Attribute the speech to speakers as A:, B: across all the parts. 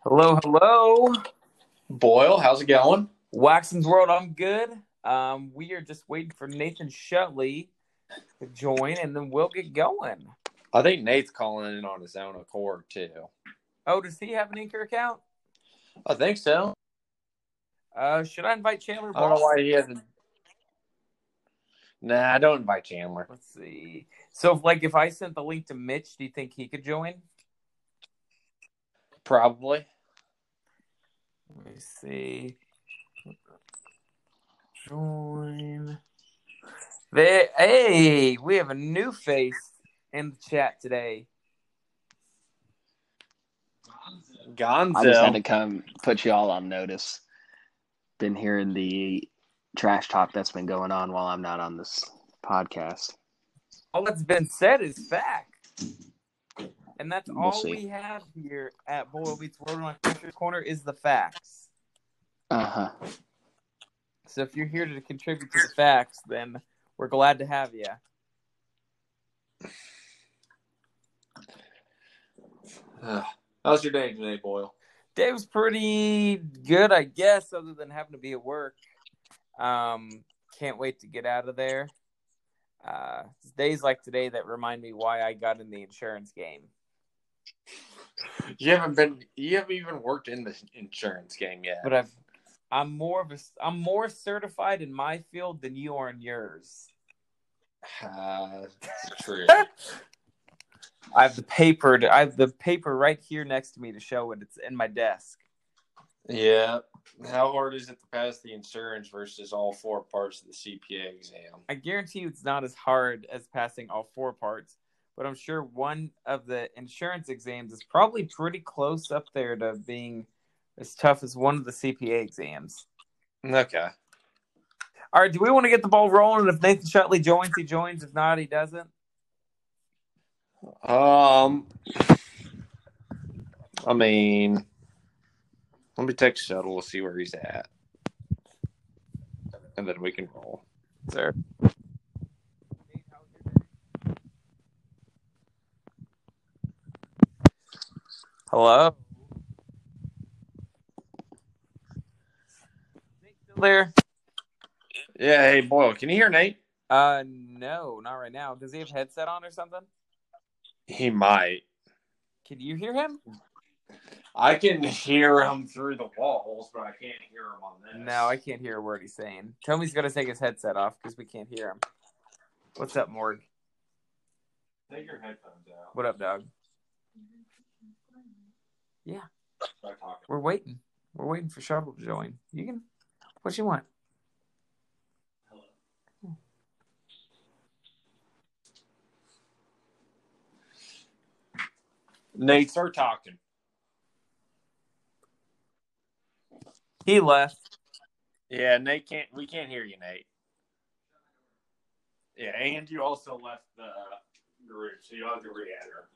A: Hello, hello.
B: Boyle, how's it going?
A: Waxen's World, I'm good. Um, we are just waiting for Nathan Shutley to join and then we'll get going.
B: I think Nate's calling in on his own accord too.
A: Oh, does he have an Anchor account?
B: I think so.
A: Uh, should I invite Chandler?
B: I don't know
A: Boston?
B: why he hasn't. Nah, don't invite Chandler.
A: Let's see. So, if, like, if I sent the link to Mitch, do you think he could join?
B: Probably.
A: Let me see. Join. There, hey, we have a new face in the chat today.
B: Gonzo.
C: I just had to come put you all on notice. Been hearing the trash talk that's been going on while I'm not on this podcast.
A: all that's been said is fact. And that's
C: We'll
A: all
C: see.
A: we have here at Boyle Beats World on Culture Corner is the facts.
C: Uh
D: Uh-huh.
C: huh.
A: So if you're here to contribute to the facts, then we're glad to have you.
B: Ugh. How's your day today, Boyle?
A: Day was pretty good, I guess, other than having to be at work. Um, can't wait to get out of there. Uh, it's days like today that remind me why I got in the insurance game.
B: You haven't been. You haven't even worked in the insurance game yet.
A: But I've, I'm more of a, I'm more certified in my field than you are in yours.
B: Uh, true.
A: I have the paper. To, I have the paper right here next to me to show it. It's in my desk.
B: yeah. How hard is it to pass the insurance versus all four parts of the CPA exam?
A: I guarantee you, it's not as hard as passing all four parts, but I'm sure one of the insurance exams is probably pretty close up there to being as tough as one of the CPA exams.
B: Okay.
A: All right, do we want to get the ball rolling? If Nathan Shutley joins, he joins. If not, he doesn't.
B: Um, I mean, let me text Shuttle. We'll see where he's at, and then we can roll.
A: Sir. Hello. Nate still There.
B: Yeah. Hey, Boyle, can you hear Nate?
A: Uh, no, not right now. Does he have headset on or something?
B: He might.
A: Can you hear him?
B: I can hear him through the walls, but I can't hear him on this.
A: No, I can't hear a word he's saying. Tommy's gonna take his headset off because we can't hear him. What's up, Morg?
B: take your headphones out.
A: What up, dog?
B: Start talking.
A: We're waiting. We're waiting for Shuttle to join. You can. What you want?
B: Nate, start talking.
A: He left.
B: Yeah, Nate can't. We can't hear you, Nate. Yeah, and you also left the uh, group, so you have to re-enter.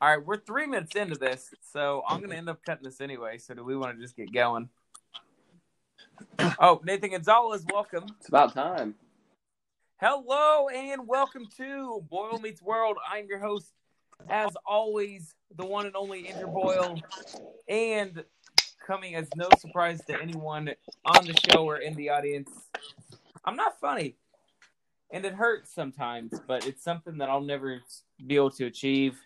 A: All right, we're three minutes into this, so I'm gonna end up cutting this anyway. So do we want to just get going? Oh, Nathan Gonzalez, welcome.
C: It's about time.
A: Hello and welcome to Boyle Meets World. I'm your host, as always, the one and only Andrew Boyle. And coming as no surprise to anyone on the show or in the audience, I'm not funny. And it hurts sometimes, but it's something that I'll never be able to achieve.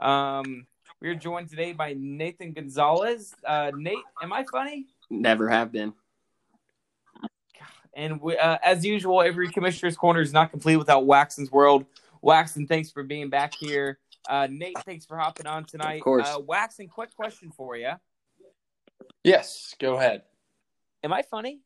A: Um, we're joined today by Nathan Gonzalez. Uh, Nate, am I funny?
C: Never have been.
A: And we, uh, as usual, every commissioner's corner is not complete without Waxon's World. Waxon, thanks for being back here. Uh, Nate, thanks for hopping on tonight.
C: Of course.
A: Uh, Waxon, quick question for you.
B: Yes, go ahead.
A: Am I funny?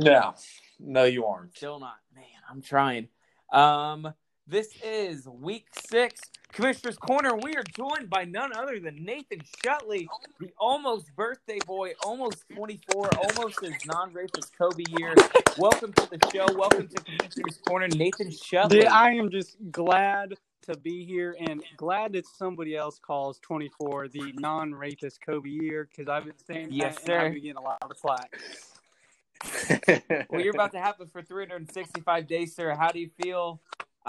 B: No, no, you aren't.
A: Still not. Man, I'm trying. Um, this is week six, Commissioner's Corner. We are joined by none other than Nathan Shutley, the almost birthday boy, almost 24, almost as non racist Kobe year. Welcome to the show. Welcome to Commissioner's Corner, Nathan Shutley.
E: Dude, I am just glad to be here and glad that somebody else calls 24 the non rapist Kobe year because I've been saying
A: Yes,
E: that and
A: sir.
E: I've been getting a lot of flack.
A: well, you're about to have it for 365 days, sir. How do you feel?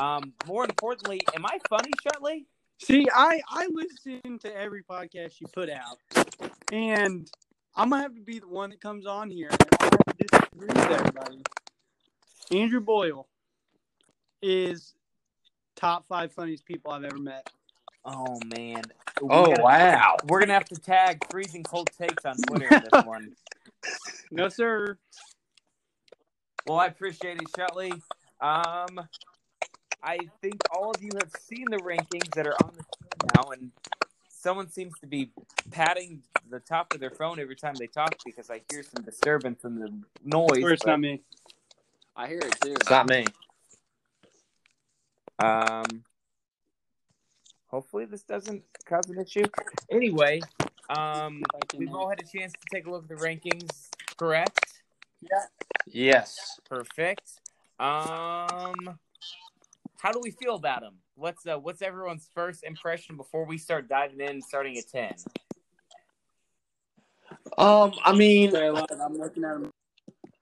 A: Um, more importantly, am I funny, Shirley?
E: See, I I listen to every podcast you put out, and I'm gonna have to be the one that comes on here and I have to disagree with everybody. Andrew Boyle is top five funniest people I've ever met.
A: Oh man. We
B: Oh
A: gotta-
B: wow!
A: We're gonna have to tag freezing cold takes on Twitter for this one.
E: No sir.
A: Well, I appreciate it, Shelly. Um, I think all of you have seen the rankings that are on the screen now, and someone seems to be patting the top of their phone every time they talk because I hear some disturbance in the noise.
E: Or it's
A: but,
E: not me.
D: I hear it too.
B: It's not me.
A: Um, hopefully this doesn't cause an issue. Anyway, um,
E: If I
A: we've
E: can,
A: all had a chance to take a look at the rankings, correct?
B: Yes.
A: Perfect. Um, how do we feel about him? What's uh, what's everyone's first impression before we start diving in, starting at ten?
B: Um, I mean,
E: Sorry, love, I'm looking at him.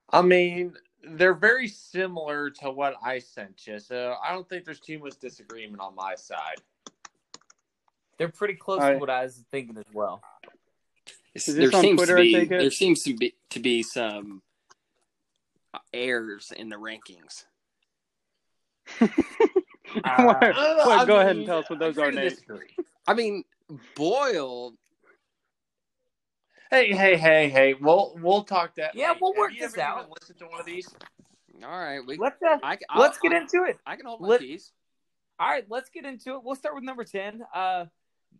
B: I mean, they're very similar to what I sent you, so I don't think there's too much disagreement on my side.
A: They're pretty close
E: All right.
A: to what I was thinking as well.
D: It's-
E: Is
D: there
E: this on
D: seems
E: Twitter,
D: to
E: I
D: be
E: take it?
D: there seems to be to be some errors in the rankings.
A: Uh,
E: Well, go ahead and tell us what those
B: agree
E: are,
B: to
E: Nate.
B: disagree.
D: I mean, Boyle.
B: Hey, hey, hey, hey. We'll we'll talk that.
A: Yeah, we'll
B: Have
A: work
B: you
A: this
B: ever even
A: out.
B: listened to one of these?
D: All right, we.
A: let's uh,
D: I, I,
A: let's
D: I,
A: get into it.
D: I can hold my
A: let-
D: peace.
A: All right, let's get into it. We'll start with number ten. Uh,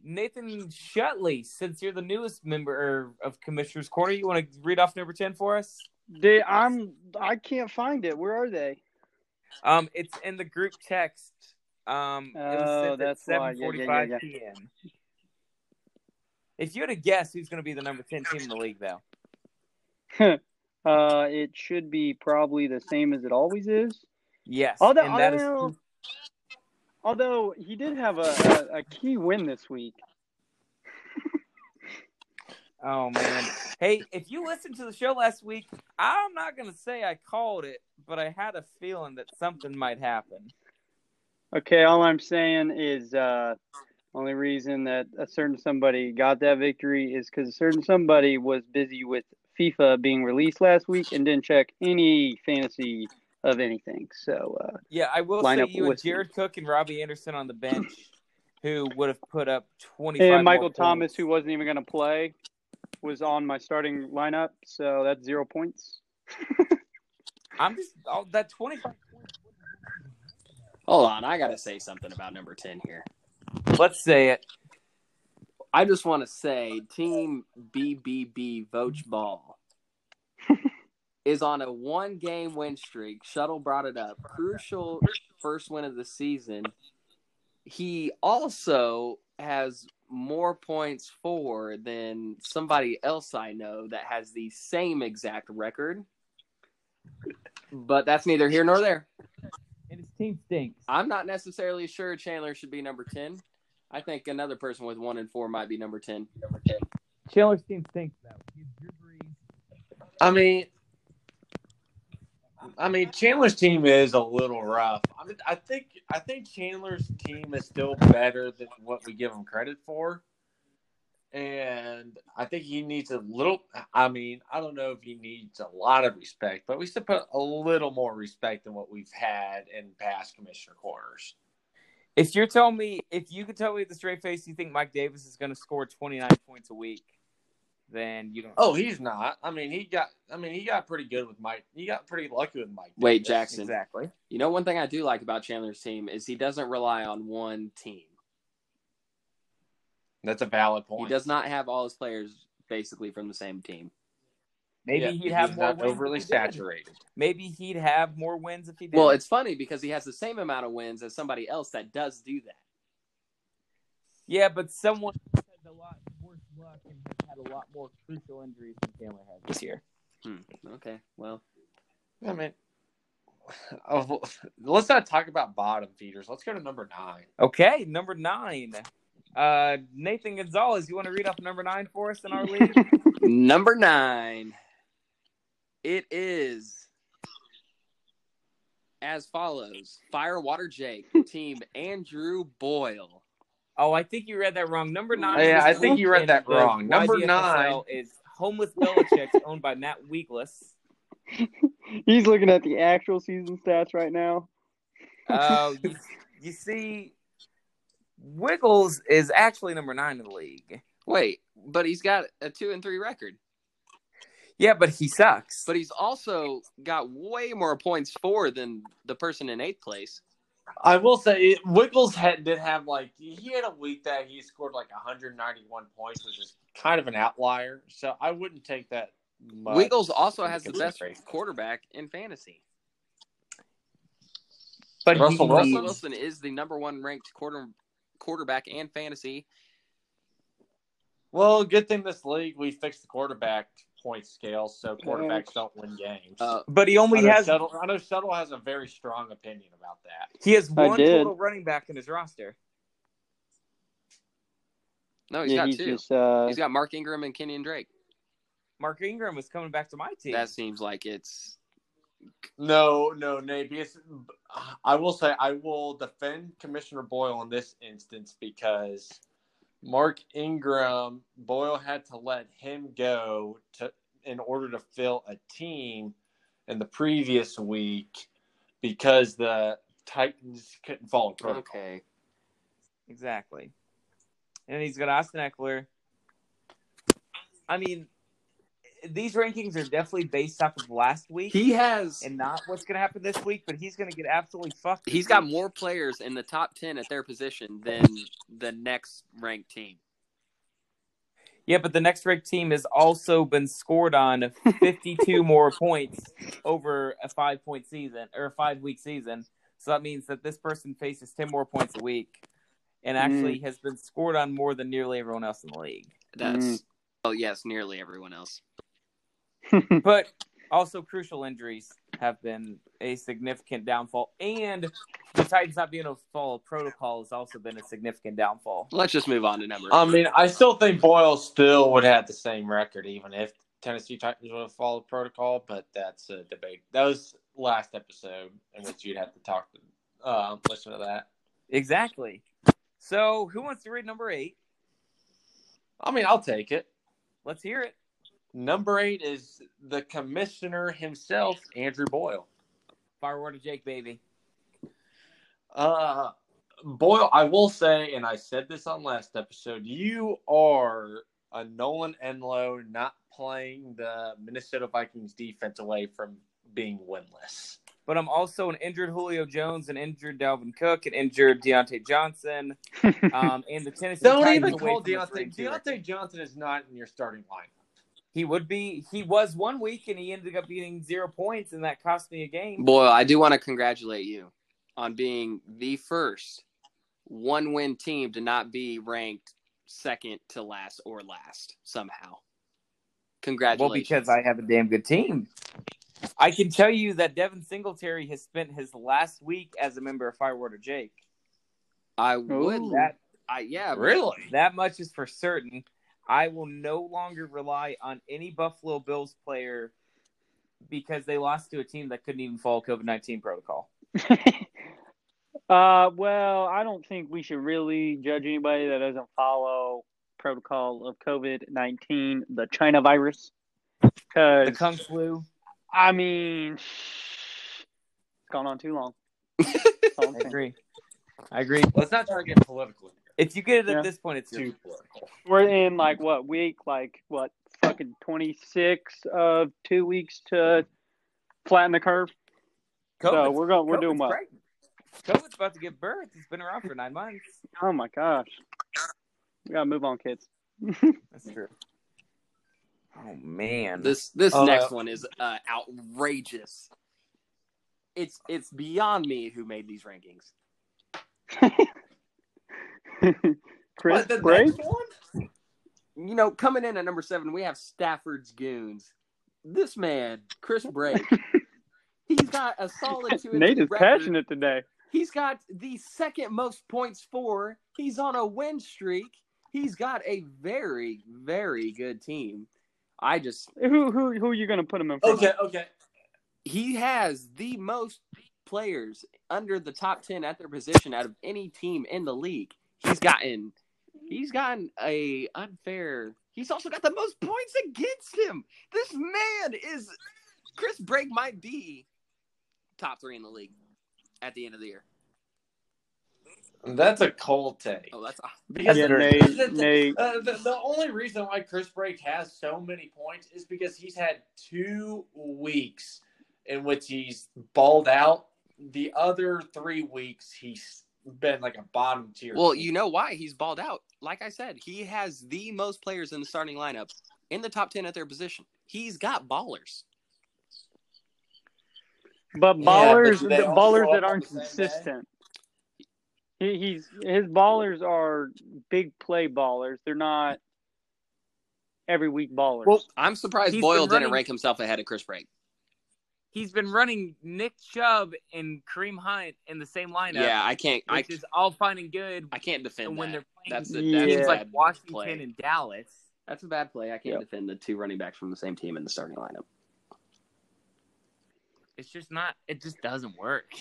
A: Nathan Shutley, since you're the newest member of Commissioner's Corner, you want to read off number ten for us?
E: They, I'm I can't find it. Where are they?
A: Um, it's in the group text. Um, it was
E: Oh,
A: sent at
E: that's why. Yeah, yeah,
A: 7:45
E: yeah,
A: p.m. If you had to guess who's going to be the number ten team in the league, though,
E: Uh, it should be probably the same as it always is.
A: yes,
E: Although,
A: and that is
E: although, although he did have a, a, a key win this week.
A: oh man. Hey, if you listened to the show last week, I'm not going to say I called it, but I had a feeling that something might happen.
E: Okay, all I'm saying is uh, only reason that a certain somebody got that victory is because a certain somebody was busy with FIFA being released last week and didn't check any fantasy of anything. So uh,
A: Yeah, I will
E: Line
A: say
E: up
A: you and
E: with me.
A: Jared Cook and Robbie Anderson on the bench, who would have put up 25.
E: and
A: more
E: Michael
A: points.
E: Thomas, who wasn't even going to play, was on my starting lineup. So that's zero points.
A: I'm just oh, that 25.
D: Hold on, I got to say something about number ten here.
A: Let's say it.
D: I just want to say, Team BBB Voch Ball is on a one-game win streak. Shuttle brought it up. Crucial first win of the season. He also has more points for than somebody else I know that has the same exact record. But that's neither here nor there.
A: And his team stinks.
D: I'm not necessarily sure Chandler should be number 10. I think another person with one and four might be number 10.
A: Chandler's team stinks though.
B: I mean, I mean, Chandler's team is a little rough. I mean, I think I think Chandler's team is still better than what we give him credit for, and I think he needs a little. I mean, I don't know if he needs a lot of respect, but we should put a little more respect than what we've had in past commissioner corners.
A: If you're telling me, if you could tell me with a straight face, you think Mike Davis is going to score 29 points a week, then you don't.
B: Oh, he's not. I mean, he got. I mean, he got pretty good with Mike. He got pretty lucky with Mike.
D: Wait,
B: Davis.
D: Jackson.
A: exactly.
D: You know, one thing I do like about Chandler's team is he doesn't rely on one team.
B: That's a valid point.
D: He does not have all his players basically from the same team.
A: Maybe
B: Yeah,
A: he'd have
B: he's
A: more
B: not
A: wins if
B: overly
A: he did.
B: saturated.
A: Maybe he'd have more wins if he did.
D: Well, it's funny because he has the same amount of wins as somebody else that does do that.
A: yeah, but someone has had a lot worse luck and has had a lot more crucial injuries than Chandler has this year.
D: Okay, well,
B: I mean, oh, well, let's not talk about bottom feeders. Let's go to number nine.
A: Okay, number nine. Uh, Nathan Gonzalez, you want to read off number nine for us in our league?
D: number nine. It is as follows Firewater Jake, team Andrew Boyle,
A: Oh, I think you read that wrong. Number nine.
B: Yeah,
A: this
B: I think
A: week
B: you read
A: in
B: that
A: the
B: wrong. Number
A: YDFSL is homeless Belichick's owned by Matt Weegless.
C: He's looking at the actual season stats right now.
A: Oh, you, you see, Wiggles is actually number nine in the league.
D: Wait, but he's got a two and three record.
A: Yeah, but he sucks.
D: But he's also got way more points for than the person in eighth place.
B: I will say it, Wiggles had did have like he had a week that he scored like 191 points, which is kind of an outlier. So I wouldn't take that. Much
D: Wiggles also has the
B: into
D: best
B: consideration.
D: quarterback in fantasy.
A: but
B: Russell
A: he-
D: Russell
B: Wilson?
D: Wilson is the number one ranked quarter quarterback and fantasy.
B: Well, good thing this league we fixed the quarterback point scale, so quarterbacks don't win games.
D: Uh,
A: But he
B: I
A: only
B: know
A: has
B: Shuttle, I know Shuttle has a very strong opinion about that.
A: he has
C: I
A: one
C: did.
A: total running back in his roster.
D: No, he's
C: yeah,
D: got
C: he's
D: two.
C: just uh,
D: he's got Mark Ingram and Kenyon Drake.
A: Mark Ingram is coming back to my team.
D: That seems like it's
B: No, no, Nate. Because uh, I will say I will defend Commissioner Boyle in this instance because Mark Ingram Boyle had to let him go to in order to fill a team in the previous week because the Titans couldn't follow protocol.
D: okay.
A: Exactly. And he's got Austin Eckler. I mean, these rankings are definitely based off of last week
D: He has
A: and not what's going to happen this week, but he's going to get absolutely fucked. this
D: he's got
A: week.
D: more players in the top ten at their position than the next ranked team.
A: Yeah, but the next ranked team has also been scored on 52 more points over a five point season or a five week season. So that means that this person faces 10 more points a week
D: Mm.
A: and actually has been scored on more than nearly everyone else in the league.
D: That's
C: Mm.
D: oh yes, nearly everyone else.
A: But also, crucial injuries have been a significant downfall. And the Titans not being able to follow protocol has also been a significant downfall.
D: Let's just move on to number.
B: I mean, I still think Boyle still would have the same record, even if Tennessee Titans would have followed protocol. But that's a debate. That was last episode, in which you'd have to talk to uh, listen to that.
A: Exactly. So, who wants to read number eight?
B: I mean, I'll take it.
A: Let's hear it.
B: Number eight is the commissioner himself, Andrew Boyle.
A: Fireword to Jake, baby.
B: Uh, Boyle, I will say, and I said this on last episode, you are a Nolan Enlow not playing the Minnesota Vikings defense away from being winless.
A: but I'm also an injured Julio Jones, an injured Dalvin Cook, an injured Deontay Johnson, um, and the Tennessee
B: Don't
A: Titans
B: even
A: away
B: call
A: from the three
B: Deontay.
A: and two record.
B: Deontay Johnson is not in your starting lineup.
A: He would be. He was one week, and he ended up getting zero points, and that cost me a game.
D: Boyle, I do want to congratulate you on being the first one win team to not be ranked second to last or last somehow.
A: Well,
D: Congratulations.
A: because I have a damn good team. I can tell you that Devin Singletary has spent his last week as a member of Firewater Jake.
D: I would
C: Ooh.
A: That
D: I yeah,
B: Really?
A: that much is for certain. I will no longer rely on any Buffalo Bills player because they lost to a team that couldn't even follow COVID nineteen protocol.
C: uh, well, I don't think we should really judge anybody that doesn't follow protocol of COVID nineteen, the China virus,
A: The
C: because
A: Kung Flu.
C: I mean, shh, it's gone on too long. That's all I'm
A: I
C: saying.
A: agree. I agree.
B: Let's not try to get political. here.
A: If you get it
C: Yeah.
A: at this point, it's your
B: Too political.
C: We're in like what week? Like what? Fucking twenty six of two weeks to flatten the curve.
B: Oh,
C: so
A: COVID.
C: we're going. We're
A: COVID's
C: doing well.
A: pregnant. COVID's about to give birth. It's been around for nine months.
C: Oh my gosh, we gotta move on, kids.
A: That's true. Oh man.
D: this this
B: Oh,
D: next
B: no.
D: one is uh, outrageous. It's it's beyond me who made these rankings.
C: Chris,
B: What, the
C: Bray?
B: next one?
D: You know, coming in at number seven, we have Stafford's goons. This man, Chris Brake, he's got a solid two. and
C: Nate
D: three
C: is
D: record.
C: passionate today.
D: He's got the second most points for. He's on a win streak. He's got a very, very good team. I just
C: Who who who are you gonna put him in? Front
B: Okay, okay.
D: he has the most players under the top ten at their position out of any team in the league. He's gotten he's gotten a unfair. He's also got the most points against him. This man is Chris Brake might be top three in the league at the end of the year.
B: That's a cold take.
D: Oh, that's
B: Because
E: Yeah,
B: the-
E: Nate,
B: the- the-
E: Nate.
B: Uh, the, the only reason why Chris Brake has so many points is because he's had two weeks in which he's balled out. The other three weeks, he's been like a bottom tier.
D: well. You know why he's balled out? Like I said, he has the most players in the starting lineup in the top ten at their position. He's got ballers.
E: But
B: Yeah,
E: ballers,
B: but do they
E: the
B: all
E: ballers
B: show
E: that
B: up
E: aren't
B: on the same day?
E: consistent. He, he's his ballers are big play ballers. They're not every week ballers.
A: Well,
D: I'm surprised
A: He's
D: Boyle
A: been
D: didn't
A: running-
D: rank himself ahead of Chris Brake.
A: He's been running Nick Chubb and Kareem Hunt in the same lineup.
D: Yeah, I can't. I,
A: which is all fine and good.
D: I can't defend
A: and when
D: that.
A: they're playing
D: That's a,
E: Yeah.
D: that's
A: teams
D: a
A: like
D: bad
A: Washington
D: play.
A: and Dallas.
D: That's a bad play. I can't
E: Yep.
D: defend the two running backs from the same team in the starting lineup.
A: It's just not. It just doesn't work.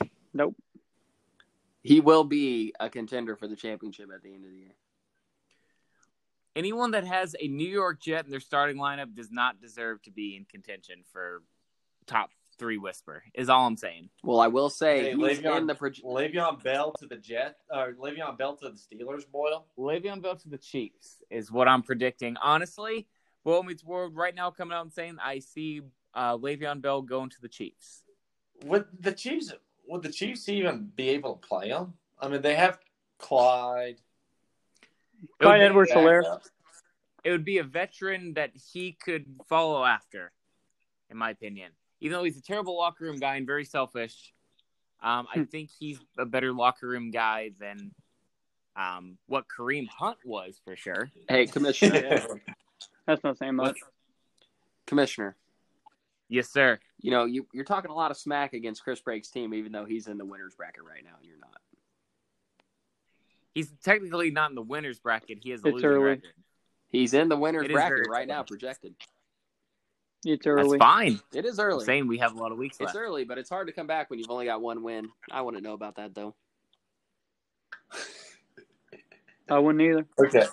D: He will be a contender for the championship at the end of the year.
A: Anyone that has a New York Jet in their starting lineup does not deserve to be in contention for top three whisper. Is all I'm saying.
D: Well, I will say
B: Hey,
D: he's
B: Le'Veon-
D: in the proj-
B: Le'Veon Bell to the Jet, or Le'Veon Bell to the Steelers. Boyle.
A: Le'Veon Bell to the Chiefs is what I'm predicting. Honestly, Boyle Meets World right now coming out and saying I see uh, Le'Veon Bell going to the Chiefs.
B: Would the Chiefs? Would the Chiefs even be able to play him? I mean, they have Clyde.
E: Clyde Edwards Hilaire.
B: backup.
A: It would be a veteran that he could follow after, in my opinion. Even though he's a terrible locker room guy and very selfish, um,
E: Hmm.
A: I think he's a better locker room guy than um, what Kareem Hunt was for sure.
D: hey commissioner,
E: That's not saying much.
D: commissioner.
A: Yes, sir.
D: You know you you're talking a lot of smack against Chris Brake's team, even though he's in the winners bracket right now, and you're not.
A: He's technically not in the winners bracket. He has a
E: It's
A: losing
E: early.
A: record.
D: He's in the winners
A: It is
D: bracket
A: very
D: right now,
A: close.
D: projected.
E: It's
A: That's
E: early.
A: fine.
D: It is
A: I'm
D: early.
A: saying we have a lot of weeks
D: It's
A: left.
D: early, but it's hard to come back when you've only got one win. I wouldn't know about that though.
E: I wouldn't either.
B: Okay,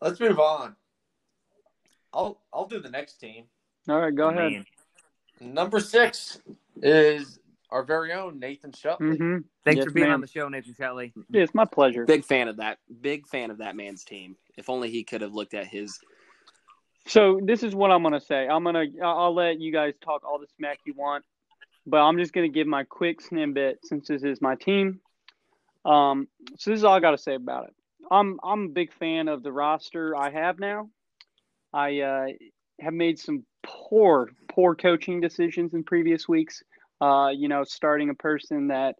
B: let's move on. I'll I'll do the next team.
E: All right, go
A: Oh,
E: ahead.
A: man.
B: Number six is our very own Nathan Shutley.
E: hmm
A: Thanks
E: Yes,
A: for being
E: ma'am.
A: on the show, Nathan Shetley.
E: It's my pleasure.
D: Big fan of that. Big fan of that man's team. If only he could have looked at his.
E: So this is what I'm gonna say. I'm gonna I'll I'll let you guys talk all the smack you want, but I'm just gonna give my quick snippet since this is my team. Um, so this is all I gotta say about it. I'm I'm a big fan of the roster I have now. I uh, have made some poor poor coaching decisions in previous weeks. Uh, you know, starting a person that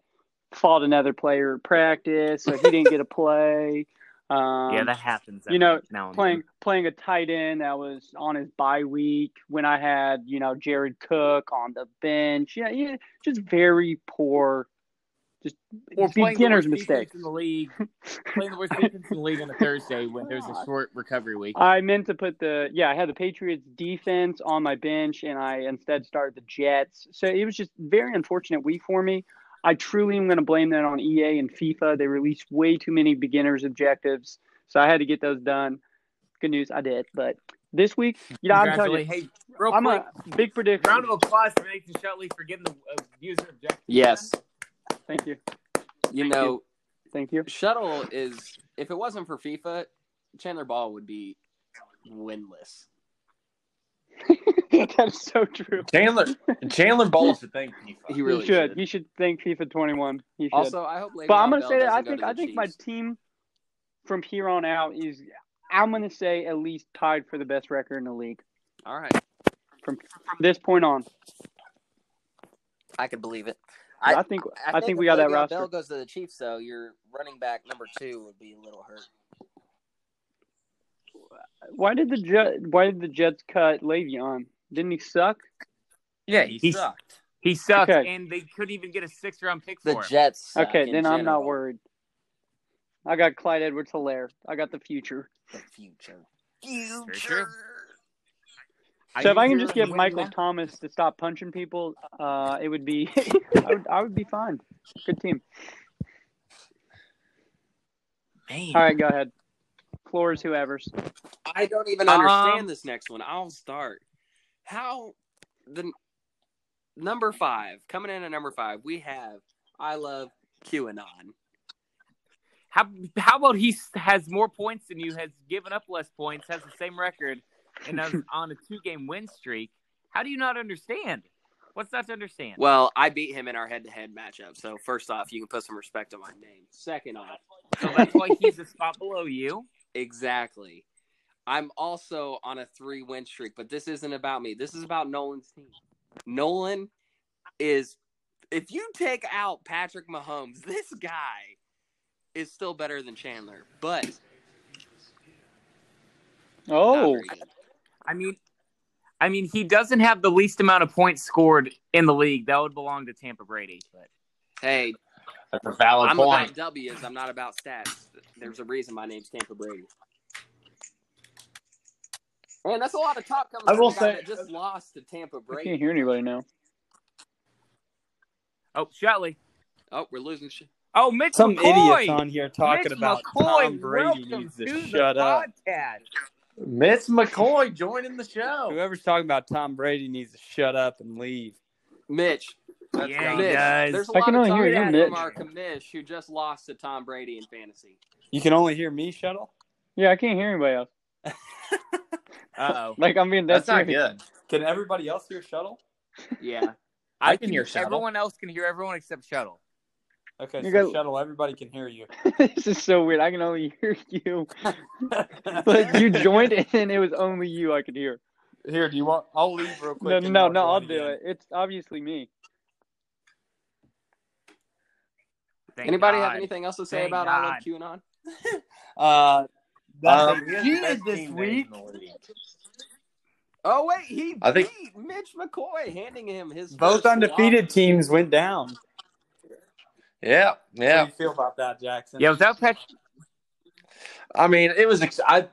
E: fought another player at practice, so he didn't get a play. Um,
A: yeah, that happens.
E: you know,
A: now and
E: playing playing a tight end that was on his bye week when I had you know Jared Cook on the bench. Yeah, yeah just very poor, just
A: then. or playing
E: beginner's
A: the worst defense
E: mistakes.
A: in the league. playing the worst defense in the league on a Thursday when there's a short recovery week.
E: I meant to put the yeah I had the Patriots defense on my bench and I instead started the Jets. So it was just very unfortunate week for me. I truly am going to blame that on EA and FIFA. They released way too many beginners objectives, so I had to get those done. Good news, I did. But this week, you know, I'm telling you,
A: Congratulations. Hey, real
E: I'm
A: quick,
E: a big prediction.
A: round of applause for Nathan Shutley for getting the uh, user objective.
D: Yes,
E: Thank you.
D: you know,
E: Thank you.
D: shuttle is. If it wasn't for FIFA, Chandler Ball would be winless.
E: that is so true.
B: Chandler Chandler Ball should thank FIFA.
D: He really
E: you
D: should.
E: should. You should thank FIFA 21. You should.
D: Also, I hope. Le'Veon
E: but I'm going
D: Bell
E: to say that
D: doesn't
E: I
D: go
E: think
D: to the
E: I think my
D: Chiefs.
E: team from here on out is I'm going to say at least tied for the best record in the league
D: All right,
E: from, from this point on.
D: I could believe it.
E: I, think I think we got that
D: if Le'Veon
E: roster.
D: Bell goes to the Chiefs, though. Your running back number two would be a little hurt.
E: why did the Jet, why did the Jets cut Le'Veon? Didn't he suck?
D: Yeah, he
A: He's-
D: sucked.
A: He sucked,
E: Okay.
A: and they couldn't even get a six round pick
D: The
A: for him.
D: Jets. suck
E: okay,
D: in
E: then I'm not
D: general.
E: worried. I got Clyde Edwards Hilaire. I got the future.
D: The future.
A: Very true.
E: So if I can
A: think
E: just
A: they're
E: get
A: winning
E: Michael
A: now.
E: Thomas to stop punching people, uh, it would be I would I would be fine. Good team.
D: Dang.
E: All right, go ahead. Floor is whoever's.
D: I don't even understand
A: Um,
D: this next one. I'll start. How the n- number five coming in at number five, we have I love QAnon.
A: How how about he s- has more points than you, has given up less points, has the same record, and is on a two game win streak? How do you not understand? What's not to understand?
D: Well, I beat him in our head to head matchup. So first off, you can put some respect on my name. Second off,
A: So that's why he's a spot below you.
D: exactly. I'm also on a three win streak, but this isn't about me. This is about Nolan's team. Nolan is if you take out Patrick Mahomes, this guy is still better than Chandler. But Not
E: Oh,
D: very good.
A: I mean, I mean, he doesn't have the least amount of points scored in the league. That would belong to Tampa Brady. But
D: hey,
B: That's a valid
D: I'm
B: point.
D: about W's. I'm not about stats. There's a reason my name's Tampa Brady. Man, that's a lot of talk coming
E: I
D: from
E: will
D: the guy
E: say-
D: that just lost to Tampa
E: I
D: Brady.
E: can't hear anybody now.
A: oh, Shutley.
D: Oh, we're losing. Sh-
A: Oh, Mitch
F: Some
A: McCoy.
F: idiots on here talking
A: Mitch
F: about
A: McCoy,
F: Tom Brady
A: welcome
F: needs to,
A: to the
F: shut up.
A: podcast.
B: Miss McCoy joining the show.
F: Whoever's talking about Tom Brady needs to shut up and leave.
D: Mitch.
A: That's Yeah, he
D: Mitch.
A: does.
D: There's a
E: I
D: lot
E: can
D: of
E: only
D: talk
E: hear you,
D: coming
E: Mitch.
D: from our commish who just lost to Tom Brady in fantasy.
F: You can only hear me, Shuttle.
E: Yeah, I can't hear anybody else.
A: Uh oh.
E: Like I'm being dead
B: That's not
E: serious.
B: good.
F: Can everybody else hear Shuttle?
D: Yeah.
B: I can hear Shuttle.
A: Everyone else can hear everyone except Shuttle.
F: Okay,
E: You
F: so
E: got-
F: Shuttle, everybody can hear you.
E: this is so weird. I can only hear you. But you joined it and it was only you I could hear.
F: Here, do you want? I'll leave real quick.
E: No,
F: and
E: no,
F: y'all
E: no,
F: join
E: I'll do
F: again.
E: it. It's obviously me.
A: Thank
D: Anybody
A: God.
D: have anything else to say
A: Thank
D: about
A: God.
D: I love QAnon?
F: Uh, that's
B: Um,
F: it.
B: he has
F: Cheated
B: the
F: this
B: best team
F: week.
B: name in the league.
D: Oh wait, he
B: I think-
D: beat Mitch McCoy, handing him his
F: Both
D: first
F: undefeated
D: loss.
F: teams went down.
B: Yeah,
F: How
B: yeah.
F: do you feel about that, Jackson?
A: Yeah, without Pat-
B: I mean, it was. Ex- I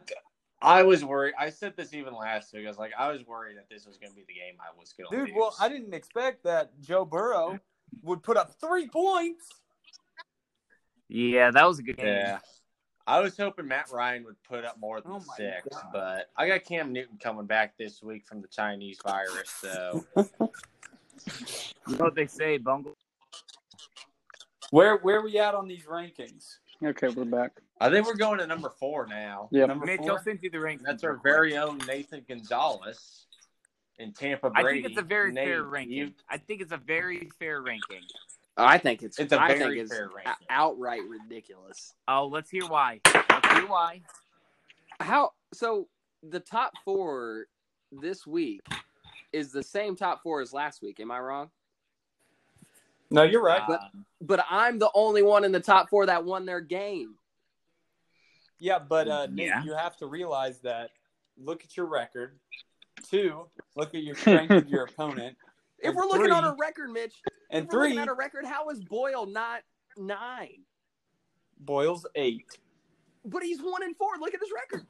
B: I was worried. I said this even last week. I was like, I was worried that this was going to be the game I was going to
F: Dude,
B: lose.
F: well, I didn't expect that Joe Burrow would put up three points.
A: Yeah, that was a good game.
B: Yeah. I was hoping Matt Ryan would put up more than
F: Oh my
B: six,
F: God.
B: but I got Cam Newton coming back this week from the Chinese virus. So
A: You know what they say, Bungle?
F: Where where we at on these rankings?
E: Okay, we're back.
B: I think we're going to number four now.
E: Yep.
F: Number
A: Mitch, I'll
F: four.
A: send you the rank.
B: That's our very own Nathan Gonzalez in Tampa
A: I
B: Brady.
A: think it's a very
B: Nate,
A: fair
B: you-
A: ranking. I think it's a very fair ranking.
D: I think it's
B: It's a
D: I
B: very
D: think it's
B: fair ranking.
D: outright ridiculous.
A: Oh, let's hear why. Let's hear why.
D: How so the top 4 this week is the same top 4 as last week, am I wrong?
F: No, you're right.
A: Uh,
D: But- But I'm the only one in the top 4 that won their game.
F: yeah, but uh, Nate,
A: Yeah.
F: you have to realize that. Look at your record. Two, look at your strength of your opponent.
D: If
F: And
D: we're looking on
F: three-
D: a record, Mitch, if
F: And
D: we're looking
F: three,
D: at a record, how is Boyle not 9?
F: Boyle's eight.
D: But he's 1 and 4. Look at his record.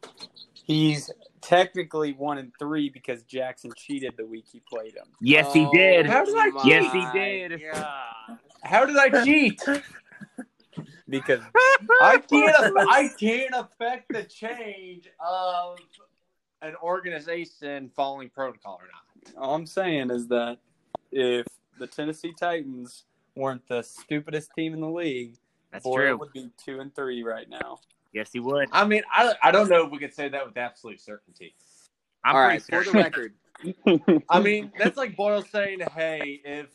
F: He's technically one and three because Jackson cheated the week he played him.
A: Yes, he
B: Oh,
A: did.
B: How did I-
D: Oh my
A: Yes, he did.
D: God.
B: How did I cheat?
F: Because
B: I can't. I can't affect the change of an organization following protocol or not.
F: all I'm saying is that if the Tennessee Titans weren't the stupidest team in the league,
A: That's
F: Boyle
A: true.
F: would be two and three right now.
A: Yes, he would.
B: I mean, I, I don't know if we could say that with absolute certainty.
A: I'm
D: All
A: pretty sure.
D: right, for the record,
B: I mean, that's like Boyle saying, "Hey, if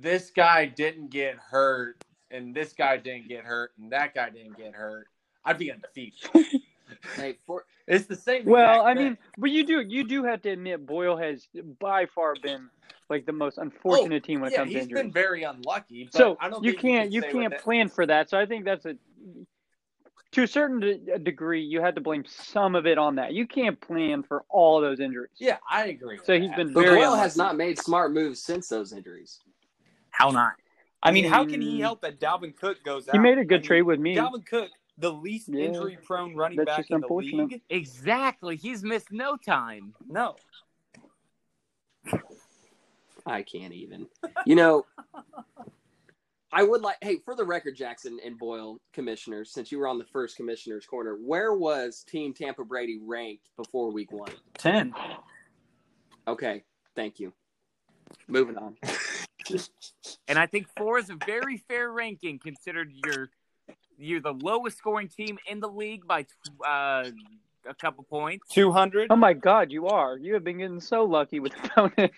B: this guy didn't get hurt, and this guy didn't get hurt, and that guy didn't get hurt, I'd be undefeated."
D: hey, for,
B: It's the same.
E: Well,
B: exact
E: I
B: thing.
E: mean, but you do you do have to admit Boyle has by far been like the most unfortunate team when
B: Oh,
E: it
B: yeah,
E: comes to
B: he's
E: injuries.
B: been very unlucky. But
E: so
B: I don't
E: you
B: think
E: can't you,
B: can say
E: can't
B: with that-
E: plan for that. So I think that's a to a certain de- degree you had to blame some of it on that. You can't plan for all those injuries.
B: Yeah, I agree. with
E: So he's
B: that.
E: been
D: but
E: very.
D: Boyle
E: unlucky.
D: has not made smart moves since those injuries.
A: How not?
F: I mean, how can he
E: Mm.
F: help that Dalvin Cook goes out?
E: he made a good
F: I mean,
E: trade with me.
F: Dalvin Cook, the least
E: Yeah.
F: injury prone running
E: That's
F: back
E: just
F: in the
E: unfortunate.
F: league.
A: Exactly. He's missed no time.
F: No.
D: I can't even. You know, I would like, hey, for the record, Jackson and Boyle commissioners, since you were on the first commissioner's corner, where was Team Tampa Brady ranked before week one?
F: Ten.
D: Okay, thank you. Moving on.
A: And I think four is a very fair ranking considered you're you're the lowest scoring team in the league by uh, a couple points.
F: Two hundred.
E: Oh my God, you are. You have been getting so lucky with opponents.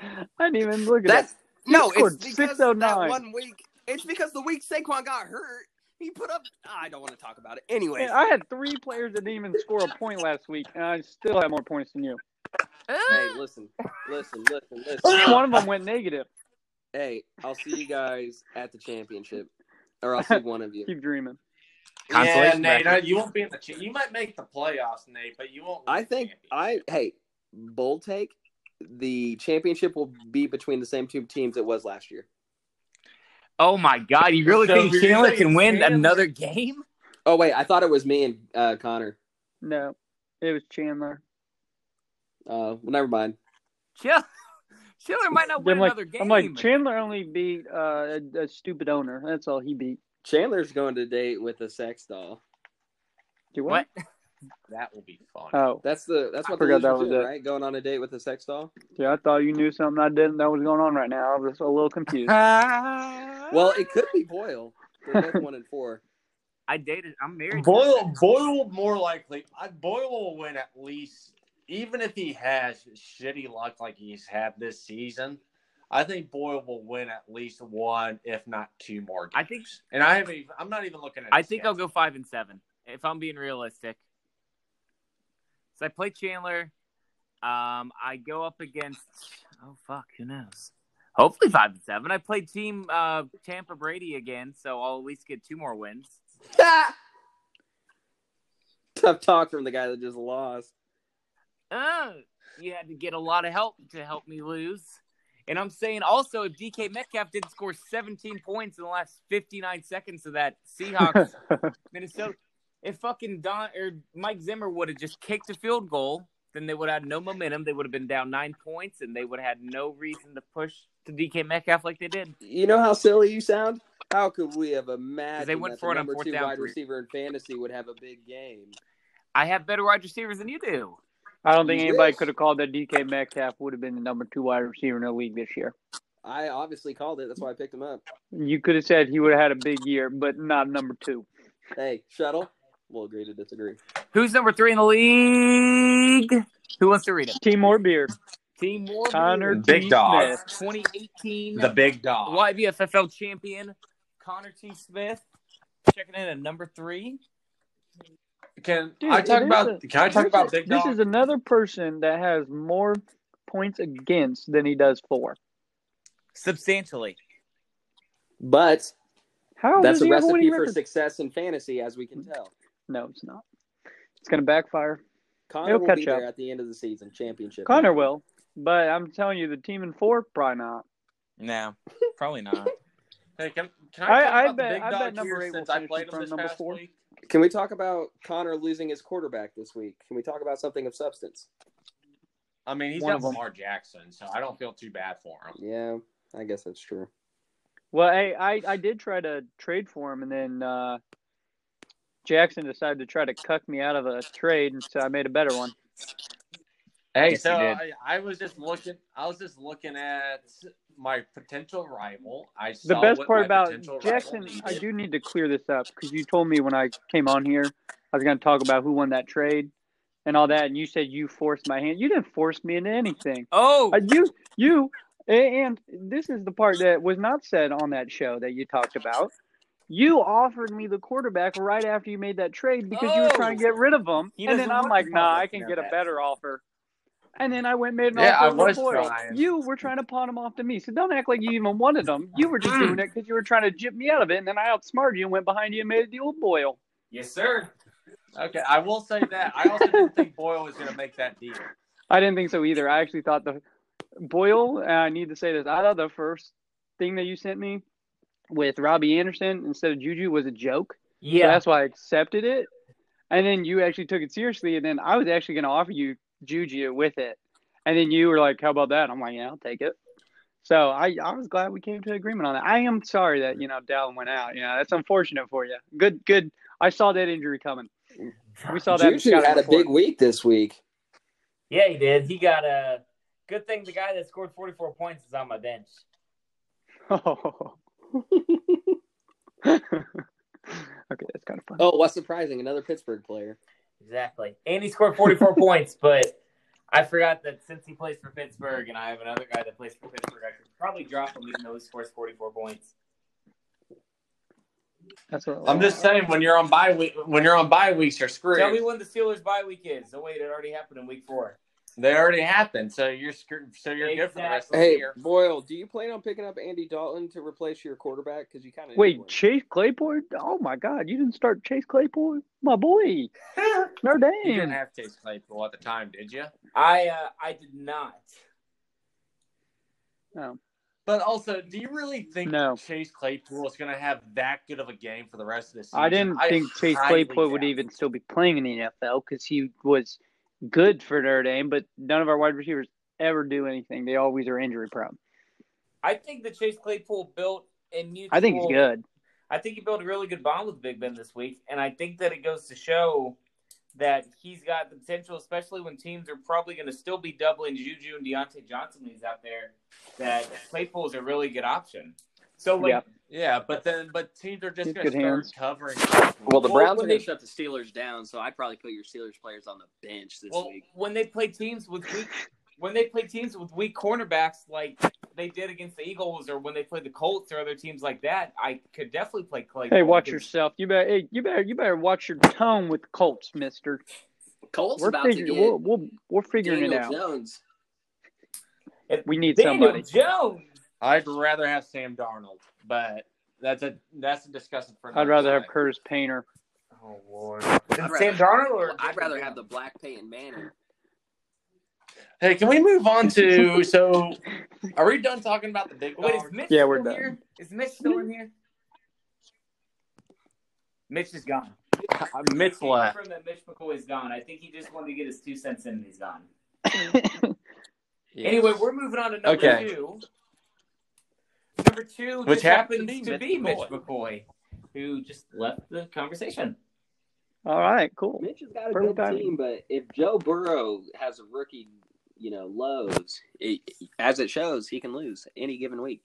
E: I didn't even look at
D: That's no,
E: scored
D: it's because of that
E: 609.
D: one week. It's because the week Saquon got hurt, he put up. I don't want to talk about it.
E: that.
D: Anyway,
E: Man, I had three players that didn't even score a point last week, and I still have more points than you.
D: hey, listen, listen, listen, listen.
E: One of them went negative.
D: hey, I'll see you guys at the championship, or I'll see one of you.
E: Keep dreaming.
B: Yeah,
A: Consolation
B: Nate, I,
A: bracket.
B: you won't be in the. Cha- you might make the playoffs, Nate, but you won't. win
D: I
B: the
D: think
B: championship.
D: I hey, bold take. The championship will be between the same two teams it was last year.
A: Oh my god, you really
B: So
A: think
B: you're
A: Chandler
B: saying
A: can win
B: Chandler-
A: another game?
D: Oh wait, I thought it was me and uh, Connor.
E: No, it was Chandler.
D: Uh, well, never mind.
A: Chandler, Chandler might not
E: I'm
A: win
E: like,
A: another game.
E: I'm like Chandler only beat uh, a, a stupid owner. That's all he beat.
D: Chandler's going to date with a sex doll.
E: Do
A: what?
E: what?
B: that will be fun.
E: Oh,
D: That's the that's
E: I
D: what the
E: forgot that
D: losers
E: was
D: do,
E: it.
D: right? Going on a date with a sex doll.
E: yeah. I thought you knew something I didn't know was going on right now. I was a little confused.
D: Well, it could be Boyle. They're both one and four.
A: I dated. I'm married.
B: Boyle, Boyle, more likely. I, Boyle will win at least, even if he has shitty luck like he's had this season. I think Boyle will win at least one, if not two more games.
A: I think.
B: and I haven't. Even, I'm not even looking at.
A: I
B: his
A: think I'll
B: schedule.
A: go five and seven if I'm being realistic. So I play Chandler. Um, I go up against. Oh fuck, who knows? Hopefully five and seven. I played Team uh, Tampa Brady again, so I'll at least get two more wins.
D: Tough talk from the guy that just lost.
A: Uh, you had to get a lot of help to help me lose. And I'm saying also, if DK Metcalf didn't score 17 points in the last 59 seconds of that Seahawks Minnesota. If fucking Don or Mike Zimmer would have just kicked a field goal, then they would have had no momentum. They would have been down nine points, and they would have had no reason to push to DK Metcalf like they did.
D: You know how silly you sound. How could we have imagined
A: They went
D: that
A: for
D: the
A: it on
D: number
A: fourth
D: two
A: down
D: wide
A: three.
D: receiver in fantasy would have a big game?
A: I have better wide receivers than you do.
E: I don't think
D: You
E: anybody
D: wish.
E: could have called that DK Metcalf would have been the number two wide receiver in the league this year.
D: I obviously called it. That's why I picked him up.
E: You could have said he would have had a big year, but not number two.
D: Hey, shuttle. We'll agree to disagree.
A: Who's number three in the league? Who wants to read it?
E: Team or beard.
A: Team Moore
E: Connor
B: Big
E: T.
B: dog.
E: Smith.
A: 2018
B: the big dog.
A: E YBFFL champion Connor T. Smith checking in at number three.
B: Can
E: Dude,
B: I talk
E: it is
B: about?
E: a-
B: can I talk
E: this
B: about
E: is-
B: big
E: This
B: dog?
E: is another person that has more points against than he does for.
A: Substantially,
D: But
E: How
D: that's
E: does
D: a
E: he have a
D: recipe
E: winning
D: for
E: record?
D: success in fantasy, as we can tell.
E: No, it's not. It's gonna backfire.
D: Connor
E: He'll
D: will
E: catch
D: be there
E: up.
D: at the end of the season, championship.
E: Connor will, but I'm telling you, the team in four probably not.
A: no, probably not.
B: Hey, can, can I,
E: I-
B: talk
E: I
B: about
E: bet-
B: the big
E: I bet
B: dog
E: number
B: here
E: eight will
B: since I
E: finish
B: played
E: in
B: him
E: front of
B: this
E: number
B: past
E: four.
B: week?
D: Can we talk about Connor losing his quarterback this week? Can we talk about something of substance?
B: I mean, he's
E: One
B: got
E: of 'em.
B: Lamar Jackson, so I don't feel too bad for him.
D: Yeah, I guess that's true.
E: Well, hey, I I did try to trade for him, and then uh, Jackson decided to try to cuck me out of a trade, and so I made a better one.
B: Hey,
C: Yes,
B: so
C: he did.
A: Uh,
B: I, I was just looking. I was just looking at my potential rival. I
E: The
B: saw
E: best
B: what
E: part
B: my
E: about
B: potential rival
E: Jackson, I
B: needed.
E: do need to clear this up because you told me when I came on here I was going to talk about who won that trade and all that, and you said you forced my hand. You didn't force me into anything.
A: Oh,
E: Uh, you, you, a- and this is the part that was not said on that show that you talked about. You offered me the quarterback right after you made that trade because you were
A: Oh.
E: trying to get rid of him,
A: He
E: and
A: doesn't
E: then I'm
A: want
E: like,
A: the
E: "Nah, I
A: quarterback
E: can
B: now,
E: get a
B: Matt.
E: better offer." And then I went and made an
B: Yeah,
E: offer.
B: I
E: with
B: was
E: Boyle.
B: trying.
E: You were trying to pawn him off to me, so don't act like you even wanted him. You were just
B: Mm.
E: doing it because you were trying to jip me out of it, and then I outsmarted you and went behind you and made a deal with Boyle.
B: Yes, sir. Okay, I will say that. I also didn't think Boyle was going to make that deal.
E: I didn't think so either. I actually thought the Boyle. And I need to say this. I thought the first thing that you sent me with Robbie Anderson instead of Juju was a joke. So
A: yeah.
E: that's why I accepted it. And then you actually took it seriously. And then I was actually going to offer you Juju with it. And then you were like, "How about that?" I'm like, "Yeah, I'll take it." So I, I was glad we came to agreement on that. I am sorry that you know Dallin went out. You know that's unfortunate for you. Good, good. I saw that injury coming. We saw that. in
D: Juju
E: scouting
D: had a
E: report.
D: big week this week.
A: Yeah, he did. He got a good thing. The guy that scored 44 points is on my bench.
E: Oh. okay, that's kind of funny.
D: Oh, what's surprising? Another Pittsburgh player.
A: Exactly. And he scored 44 points, but I forgot that since he plays for Pittsburgh and I have another guy that plays for Pittsburgh, I could probably drop him even though he scores 44 points.
E: That's what
B: I'm just saying when you're on bye week, when you're on bye weeks, you're screwed.
A: Tell me when the Steelers bye week is. Oh, wait, it already happened in week four.
B: they already happened, so you're screwed. So you're good for the rest of the
D: Hey,
B: year.
D: Boyle, do you plan on picking up Andy Dalton to replace your quarterback? Because you kind of
E: Wait, Chase Claypool? Oh my God, you didn't start Chase Claypool, my boy. No
B: You didn't
E: damn.
B: have Chase Claypool at the time, did you?
A: I uh, I did not.
B: But also, do you really think
E: No.
B: Chase Claypool is going to have that good of a game for the rest of the season?
E: I didn't think Chase
B: highly
E: Claypool would
B: doubt it.
E: even still be playing in the NFL because he was good for Notre Dame, but none of our wide receivers ever do anything. They always are injury prone.
A: I think that Chase Claypool built a mutual.
E: I think he's good.
A: I think he built a really good bond with Big Ben this week, and I think that it goes to show that he's got the potential, especially when teams are probably going to still be doubling Juju and Deontay Johnson when he's out there. That Claypool is a really good option. So, like,
E: Yeah.
B: Yeah, but then but teams are just
E: He's
B: going to
E: good
B: start
E: hands.
B: covering.
D: Well, the
A: Well,
D: Browns are
A: when
D: going
A: they-
D: to shut the Steelers down, so I'd probably put your Steelers players on the bench this
A: well,
D: week.
A: when they play teams with weak, when they play teams with weak cornerbacks like they did against the Eagles, or when they play the Colts or other teams like that, I could definitely play Claypool.
E: Hey, watch
A: because-
E: yourself. You better, hey, you better, you better watch your tone with the Colts, Mister.
D: Colts
E: We're
D: about to
E: figuring, we'll,
D: get
E: we'll, we're figuring
D: Daniel
E: it out.
D: Jones.
E: We need
A: Daniel
E: somebody.
A: Jones.
B: I'd rather have Sam Darnold, but that's a that's a discussion for.
E: I'd
B: another
E: rather
B: time.
E: have Curtis Painter.
A: Oh Lord.
D: I'd rather-
A: Sam Darnold or
D: I'd rather have the black Peyton Manning.
B: Hey, can we move on to so? Are we done talking about the big
A: Wait,
B: dogs?
A: is Mitch
E: Yeah,
A: still
E: we're done.
A: here? Is Mitch still in here? Mitch is gone.
B: Mitch left.
A: From that Mitch McCoy is gone. I think he just wanted to get his two cents in and he's gone. Anyway, we're moving on to number
B: Okay.
A: two. Number two
B: Which
A: just happens
B: happens to be
A: to
B: Mitch
A: be Mitch
B: McCoy.
A: McCoy, who just left the conversation.
E: All right, cool.
D: Mitch has got a
E: Perfect
D: good
E: timing.
D: team, but if Joe Burrow has a rookie, you know, lows, it, as it shows, he can lose any given week.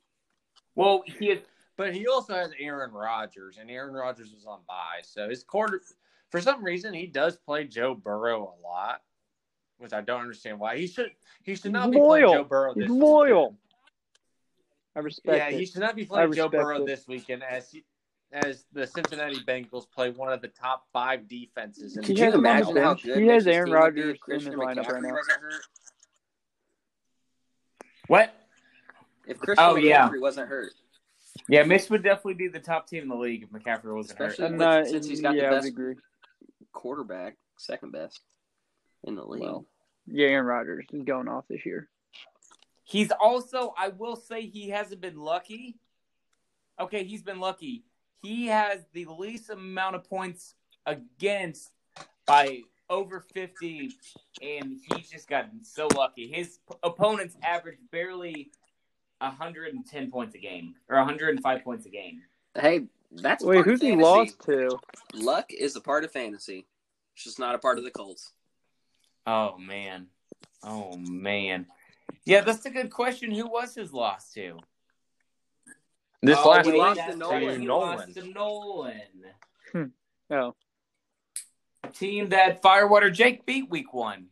A: Well, he is
B: But he also has Aaron Rodgers, and Aaron Rodgers was on bye, so his quarter for some reason he does play Joe Burrow a lot, which I don't understand why he should he should not be
E: Loyal.
B: playing Joe Burrow.
E: He's
B: This
E: loyal. I
B: Weekend.
E: respect
B: Yeah,
E: it.
B: he should not be
E: I
B: playing Joe
E: respect
B: Burrow
E: it.
B: this weekend as he, as the Cincinnati Bengals play one of the top five defenses in
D: Could
B: the
D: you
E: has him on the
D: imagine how
E: bench.
D: good
E: He has
D: Mitch's
E: Aaron
D: team would be if
E: Rodgers in
D: Christian
E: his lineup
D: McCaffrey
E: right now.
D: wasn't hurt?
A: what?
D: If Christian
A: Oh,
D: McCaffrey
A: yeah.
D: wasn't hurt,
A: Yeah, Mitch would definitely be the top team in the league if McCaffrey wasn't hurt.
D: especially
E: And,
D: with,
E: uh,
D: since he's got
E: yeah, I
D: the
E: would
D: best
E: agree.
D: quarterback, second best in the league.
E: Well, yeah, Aaron Rodgers is going off this year.
A: He's also, I will say, he hasn't been lucky. Okay, he's been lucky. He has the least amount of points against by over 50, and he's just gotten so lucky. His p- opponents average barely 110 points a game or 105 points a game.
D: hey, that's
E: Wait,
D: part
E: who's
D: of
E: he
D: fantasy.
E: lost to?
D: Luck is a part of fantasy. It's just not a part of the Colts.
A: Oh, man. Oh, man. Yeah, that's a good question. Who was his loss to?
B: This
A: Oh,
B: last
A: wait,
D: He lost
A: that's
D: to
A: right.
D: Nolan.
A: He
B: Nolan.
A: lost to Nolan.
E: Oh,
A: a team that Firewater Jake beat week one.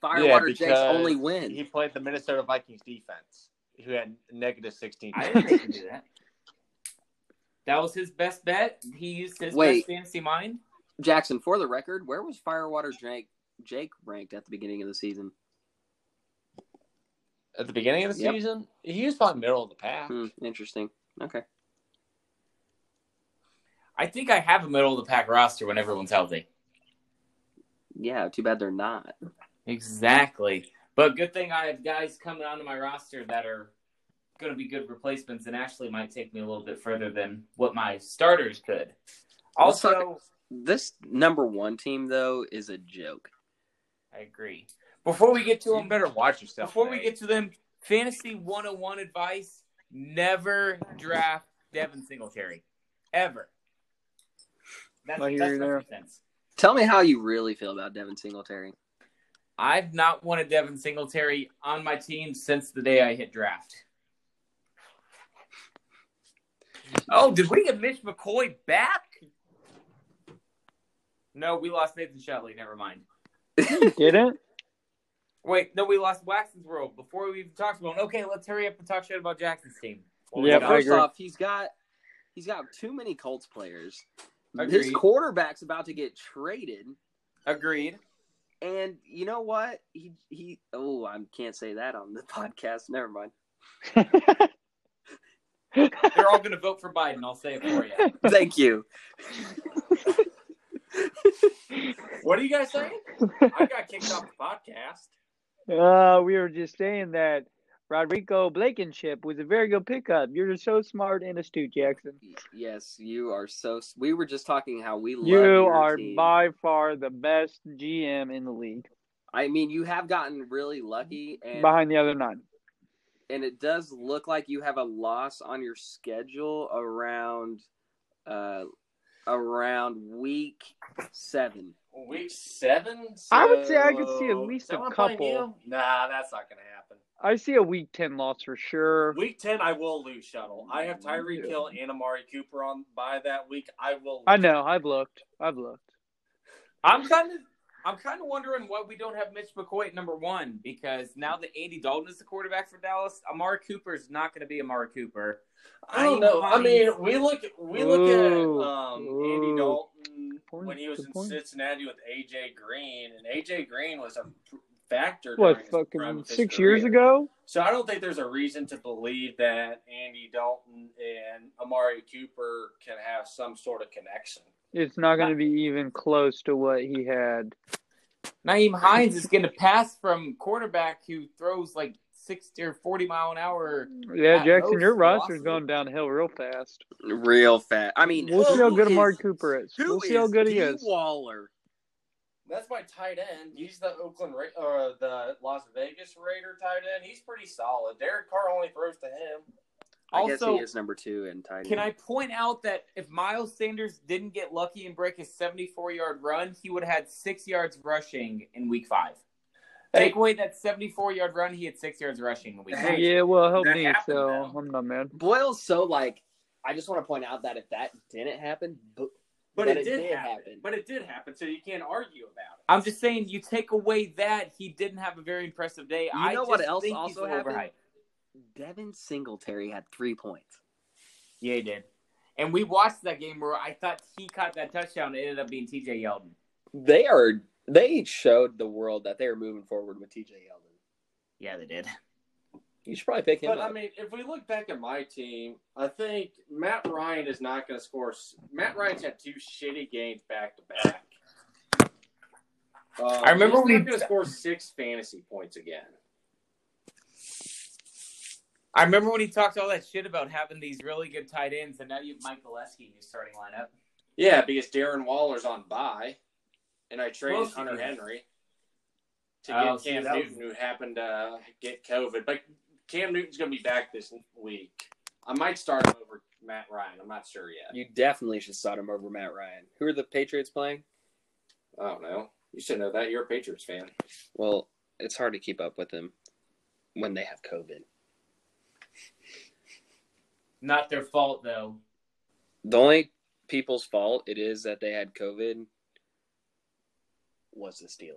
D: Firewater Jake's
B: because
D: only
B: he
D: win.
B: played the Minnesota Vikings defense, who had negative sixteen.
A: I didn't think he could do that. That was his best bet. He used his
D: Wait.
A: best fantasy mind.
D: Jackson, for the record, where was Firewater Jake Jake ranked at the beginning of the season?
B: at the beginning of the
D: Yep.
B: season. He was probably middle of the pack.
D: Hmm, interesting. Okay.
A: I think I have a middle of the pack roster when everyone's healthy.
D: Yeah, too bad they're not.
A: Exactly. But good thing I have guys coming onto my roster that are going to be good replacements and actually might take me a little bit further than what my starters could.
D: Let's
A: Also,
D: talk- This number one team though is a joke.
A: I agree. Before we get to
B: You
A: them,
B: better watch yourself.
A: before we
B: Nate.
A: get to them, Fantasy 101 advice never draft Devin Singletary. Ever. That's,
E: I hear
A: that's
E: you
A: my
E: there.
A: two cents.
D: Tell me how you really feel about Devin Singletary.
A: I've not wanted Devin Singletary on my team since the day I hit draft. Oh, did we get Mitch McCoy back? No, we lost Nathan Shetley. Never mind.
E: Did it?
A: Wait, no, we lost Waxon's World before we even talked about. Him. Okay, let's hurry up and talk shit about Jackson's team. What we
E: Yeah,
A: got?
E: I
D: First
E: agree.
D: off, he's got he's got too many Colts players. His
A: Agreed.
D: quarterback's about to get traded,
A: agreed.
D: and you know what? He he. Oh, I can't say that on the podcast. Never mind.
A: They're all going to vote for Biden. I'll say it for you.
D: Thank you.
A: What are you guys saying? I got kicked off the podcast.
E: Uh, we were just saying that Rodrigo Blankenship was a very good pickup. You're so smart and astute, Jackson.
D: Yes, you are so. s- We were just talking how we love
E: You
D: your
E: are
D: team.
E: by far the best GM in the league,
D: I mean, you have gotten really lucky, and
E: behind the other nine.
D: and it does look like you have a loss on your schedule around, uh, around week seven.
B: Week seven.
E: I would say I could
B: so-
E: see at least
B: Is that
E: a
B: when I'm playing
E: couple.
B: you? Nah, that's not gonna happen.
E: I see a week ten loss for sure.
B: Week ten, I will lose shuttle. I have Tyree Kill and Amari Cooper on by that week. I will.
E: I know. I've looked. I've looked.
A: I'm kind of. I'm kind of wondering why we don't have Mitch McCoy at number one because now that Andy Dalton is the quarterback for Dallas, Amari Cooper is not going to be Amari Cooper.
B: I don't know. I mean, we look we look
E: Ooh.
B: at um,
E: Ooh.
B: Andy Dalton
E: point,
B: when he was
E: good
B: in
E: point.
B: Cincinnati with AJ Green, and AJ Green was a factor. during
E: What
B: his prime
E: fucking
B: of his
E: six
B: career.
E: years ago?
B: So I don't think there's a reason to believe that Andy Dalton and Amari Cooper can have some sort of connection.
E: It's not going to be even close to what he had.
A: Naeem Hines is going to pass from quarterback who throws like sixty or forty mile an hour.
E: Yeah,
A: At
E: Jackson,
A: most
E: your roster's
A: velocity.
E: going downhill real fast.
D: Real fat. I mean, oh,
E: We'll see how
D: who
E: good
D: is-
E: Amari Cooper is.
D: who
E: We'll see how
D: is
E: good he
D: D.
E: is.
D: Waller.
B: That's my tight end. He's the Oakland Ra- or the Las Vegas Raider tight end. He's pretty solid. Derek Carr only throws to him.
D: I guess
A: also,
D: he is number two in tight
A: Can
D: end.
A: I point out that if Miles Sanders didn't get lucky and break his 74 yard run, he would have had six yards rushing in week five. Take away that 74 yard run, he had six yards rushing in week five.
E: yeah, well, help
B: that
E: me,
B: happened,
E: so
B: though.
E: I'm not mad.
D: Boyle's so like. I just want to point out that if that didn't happen, but,
B: But,
D: But
B: it,
D: it
B: did,
D: did
B: happen.
D: happen.
B: But it did happen, so you can't argue about it.
A: I'm just saying, you take away that, he didn't have a very impressive day. I
D: know what
A: just
D: else
A: think he's
D: also
A: a little
D: happened?
A: overhyped.
D: Devin Singletary had three points.
A: Yeah, he did. And we watched that game where I thought he caught that touchdown. It ended up being TJ Yeldon.
D: They are. They showed the world that they are moving forward with TJ Yeldon.
A: Yeah, they did.
D: You should probably pick him
B: But
D: up.
B: I mean, if we look back at my team, I think Matt Ryan is not going to score. s- Matt Ryan's had two shitty games back to back. Uh,
A: I remember
B: he's
A: we-
B: not going to score six fantasy points again.
A: I remember when he talked all that shit about having these really good tight ends, and now you have Mike Gillespie in your starting lineup.
B: Yeah, because Darren Waller's on bye, and I traded
A: Close
B: Hunter
A: enough.
B: Henry to get
A: Oh, see,
B: Cam
A: that was-
B: Newton, who happened to get COVID. But Cam Newton's going to be back this week. I might start him over Matt Ryan. I'm not sure yet.
D: you definitely should start him over Matt Ryan. Who are the Patriots playing?
B: I don't know. You should know that. You're a Patriots fan.
D: Well, it's hard to keep up with them when they have COVID.
A: Not their fault though.
D: The only people's fault it is that they had COVID was the Steelers.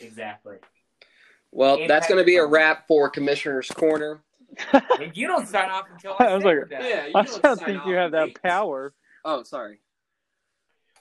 A: Exactly.
D: Well,
A: And
D: that's going to be a
A: Patrick Mahomes.
D: wrap for Commissioner's Corner.
A: And you don't sign off until I,
E: I was
A: say
E: like,
A: that.
B: Yeah, you
E: I
B: don't
E: don't
B: sign
E: think
B: off
E: you have that
B: late.
E: power.
D: Oh, sorry.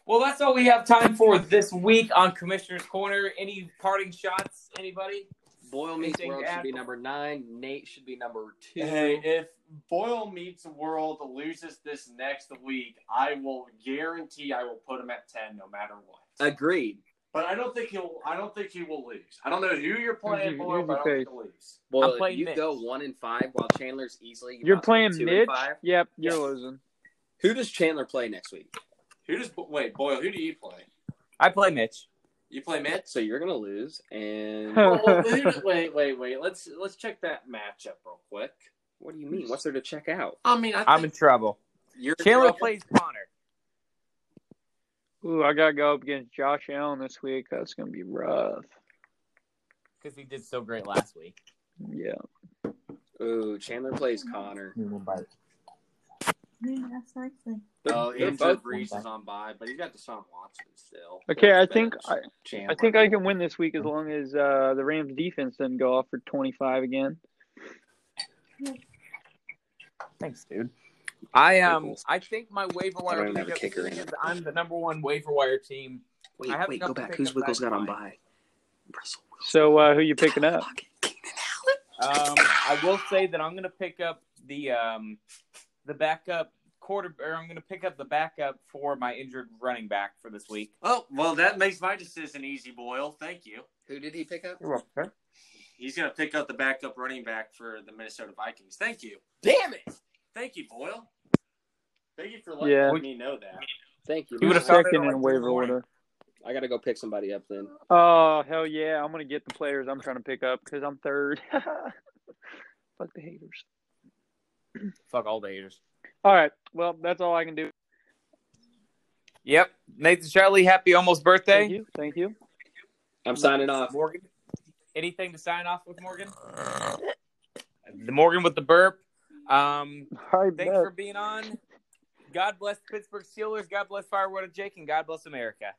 A: Well, that's all we have time for this week on Commissioner's Corner. Any parting shots, anybody?
D: Boyle Meets
A: Anything
D: World
A: to add?
D: should be number nine. Nate should be number two.
B: Hey, if Boyle Meets World loses this next week, I will guarantee I will put him at ten no matter what.
D: Agreed.
B: But I don't think he'll. I don't think he will lose. I don't know who you're playing,
E: Who's your-
B: Boyle, but I don't
E: who's your
B: think he'll lose.
D: Boyle,
A: playing
D: if you
A: Mitch.
D: go one and five while Chandler's easily
E: You're
D: about to go
E: playing
D: two and
E: Mitch?
D: five.
E: Yep, you're
D: Yes.
E: losing.
D: Who does Chandler play next week?
B: Who does? Wait, Boyle. Who do you play?
A: I play Mitch.
B: You play Mitch?
D: So you're gonna lose, and
B: well, well, wait, wait, wait, wait. Let's let's check that matchup real quick.
D: what do you mean? What's there to check out?
A: Uh,
B: I mean, I
A: I'm in trouble.
B: you're
A: Chandler
B: trouble.
A: plays Connor.
E: Ooh, I gotta go up against Josh Allen this week. That's gonna be rough.
A: because he did so great last week.
E: Yeah.
D: Ooh, Chandler plays Connor.
G: That's likely.
B: Oh,
D: They're
B: Andrew
D: both-
B: Brees is on by, but he's got Deshaun Watson still.
E: Okay, I
B: That's
E: think I,
B: better. Chandler.
E: I think I can win this week as long as uh, the Rams defense doesn't go off for 25 again.
A: Thanks, dude. I um,
D: Pickles.
A: I think my waiver
D: I
A: wire
D: don't have a
A: pickup
D: kicker
A: is
D: in it.
A: I'm the number one waiver wire team.
D: Wait,
A: I have
D: wait,
A: enough
D: go
A: to
D: back.
A: pick
D: Who's
A: up
D: Wiggles
A: that
D: got on
A: line.
D: by? Russell
E: So uh, who you picking up?
D: Wilson.
A: Um, I will say that I'm gonna pick up the um, the backup quarter, or I'm gonna pick up the backup for my injured running back for this week.
B: Oh well, that makes my decision easy, Boyle. Thank you.
D: Who did he pick up?
A: You're welcome.
B: He's gonna pick up the backup running back for the Minnesota Vikings. Thank you.
D: Damn it!
B: Thank you, Boyle. Thank you for letting
E: Yeah.
B: me know that.
D: Thank you.
A: He would've
E: Who's
D: man.
A: started
E: second
A: at, like, three
E: in
A: in
E: waiver
A: the morning.
E: order?
D: I gotta go pick somebody up then.
E: Oh hell yeah! I'm gonna get the players I'm trying to pick up because I'm third. Fuck the haters.
A: Fuck all the haters.
E: All right, well that's all I can do.
A: Yep, Nathan Shelley, happy almost birthday.
E: Thank you, thank you.
D: I'm signing off.
A: uh, Morgan, anything to sign off with Morgan? The Morgan with the burp. Um,
E: All right,
A: thanks
E: bet.
A: for being on. God bless the Pittsburgh Steelers. God bless Firewood and Jake, and God bless America.